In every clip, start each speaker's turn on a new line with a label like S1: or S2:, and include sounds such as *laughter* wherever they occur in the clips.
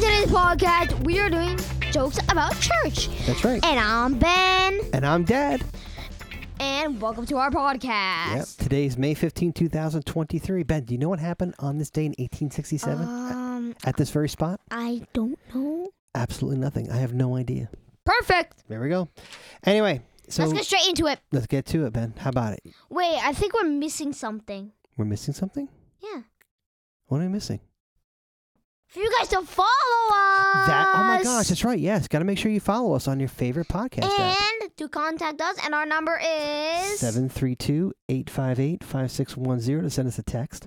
S1: podcast, we are doing jokes about church.
S2: That's right.
S1: And I'm Ben,
S2: And I'm Dad.
S1: and welcome to our
S2: Yep.
S1: podcast.
S2: Today's May 15, 2023. Ben, do you know what happened on this day in 1867
S1: Um,
S2: at this very spot?
S1: I don't know.
S2: Absolutely nothing. I have no idea.
S1: Perfect.
S2: There we go. Anyway, so
S1: Let's get straight into it.
S2: let's get to it, Ben. How about it?
S1: Wait, I think we're missing something.
S2: We're missing something?
S1: Yeah.
S2: What are we missing?
S1: For you guys to follow us.
S2: That oh my gosh, that's right. Yes, got to make sure you follow us on your favorite podcast app.
S1: And to contact us, and our number is
S2: 732-858-5610 to send us a text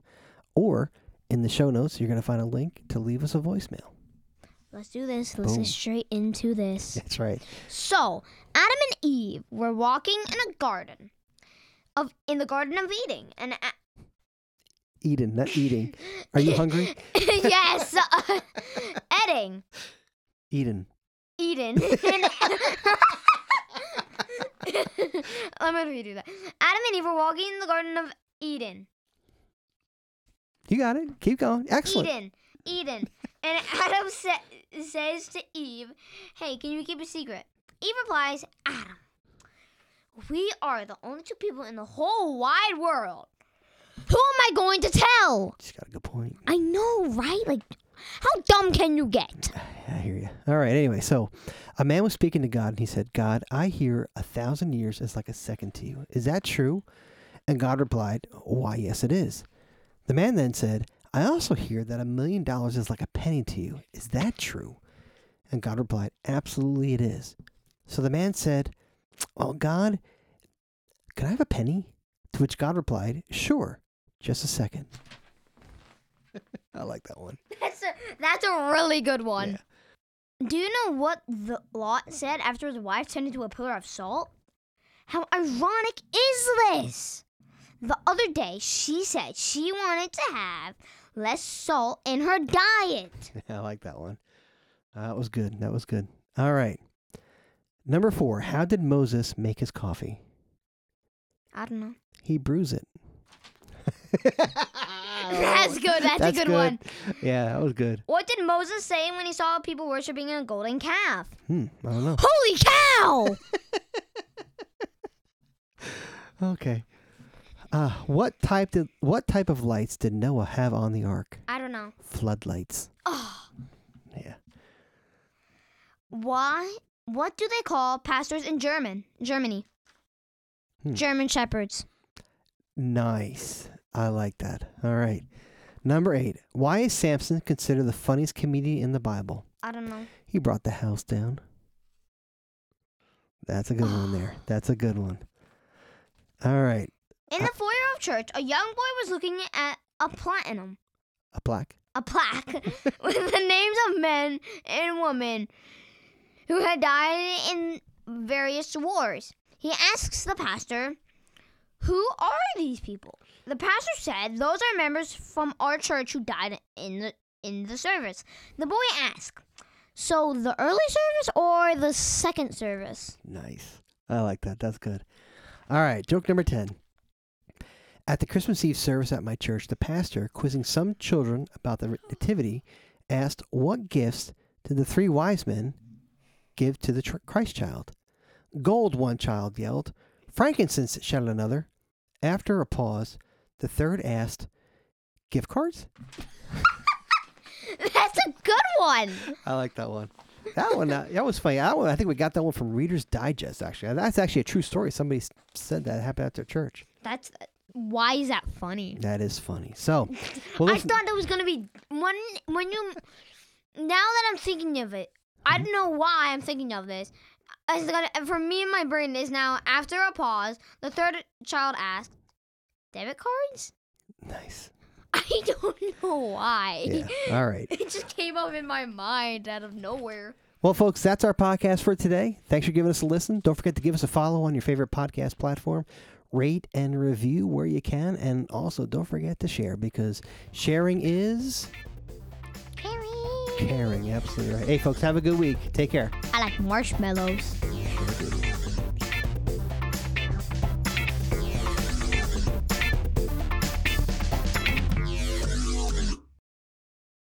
S2: or in the show notes you're going to find a link to leave us a voicemail.
S1: Let's do this. Let's
S2: Boom.
S1: get straight into this.
S2: That's right.
S1: So, Adam and Eve were walking in a garden of in the garden of eating, and a-
S2: Eden, not eating. Are
S1: *laughs*
S2: you hungry?
S1: yes, uh, *laughs* Edding,
S2: Eden.
S1: *laughs* Eden. and- Let me redo that. Adam and Eve were walking in the garden of Eden.
S2: You got it. Keep going. Excellent.
S1: Eden, Eden. And Adam sa- says to Eve, Hey, can you keep a secret? Eve replies, Adam, we are the only two people in the whole wide world. Who am I going to tell?
S2: She's got a good point.
S1: I know, right? Like, how dumb can you get? *laughs*
S2: I hear you. All right. Anyway, so a man was speaking to God and he said, God, I hear a thousand years is like a second to you. Is that true? And God replied, Why, yes, it is. The man then said, I also hear that a million dollars is like a penny to you. Is that true? And God replied, Absolutely it is. So the man said, Well, God, can I have a penny? To which God replied, Sure, just a second. *laughs* I like that one.
S1: That's a, that's a really good one.
S2: Yeah.
S1: Do you know what the Lot said after his wife turned into a pillar of salt? How ironic is this? The other day, she said she wanted to have less salt in her diet.
S2: *laughs* I like that one. Uh, that was good. That was good. All right. Number four. How did Moses make his coffee?
S1: I don't know.
S2: He brews it.
S1: Oh. *laughs* That's good. That's, a good, one.
S2: *laughs* Yeah, that was good.
S1: What did Moses say when he saw people worshiping a golden calf?
S2: Hmm. I don't know.
S1: Holy cow!
S2: Okay. Uh, what type did what type of lights did Noah have on the ark?
S1: *laughs* I don't know.
S2: Floodlights.
S1: Oh,
S2: Yeah.
S1: why? What do they call pastors in German? Germany.
S2: Hmm.
S1: German shepherds.
S2: Nice. I like that. All right. Number eight. Why is Samson considered the funniest comedian in the Bible?
S1: I don't know.
S2: He brought the house down. That's a good one there. That's a good one. All right.
S1: In
S2: Uh,
S1: the foyer of church, a young boy was looking at a platinum,
S2: A plaque.
S1: a plaque *laughs* with the names of men and women who had died in various wars. He asks the pastor, "Who are these people?" The pastor said, "Those are members from our church who died in the in the service." The boy asked, "So the early service or the second service?"
S2: Nice. I like that. That's good. All right. Joke number 10. At the Christmas Eve service at my church, the pastor, quizzing some children about the Nativity, asked, What gifts did the three wise men give to the tr- Christ child? Gold, one child yelled. Frankincense, shouted another. After a pause, the third asked, Gift cards?
S1: *laughs* That's a good one.
S2: I like that one. That one, uh, that was funny. That one, I think we got that one from Reader's Digest, actually. That's actually a true story. Somebody s- said that happened at their church.
S1: That's why is that funny?
S2: That is funny.
S1: *laughs*
S2: So, well,
S1: I
S2: listen-
S1: thought it was gonna be when when you now that I'm thinking of it, I
S2: Mm-hmm.
S1: don't know why I'm thinking of this. It's gonna for me in my brain is now after a pause, the third child asked, "Debit cards?" *laughs*
S2: nice.
S1: I don't know why.
S2: Yeah. All right.
S1: *laughs* It just came up in my mind out of nowhere.
S2: Well, folks, that's our podcast for today. Thanks for giving us a listen. Don't forget to give us a follow on your favorite podcast platform. Rate and review where you can. And also, don't forget to share because sharing is
S1: Harry,
S2: caring. Absolutely right. Hey, folks, have a good week. Take care.
S1: I like marshmallows.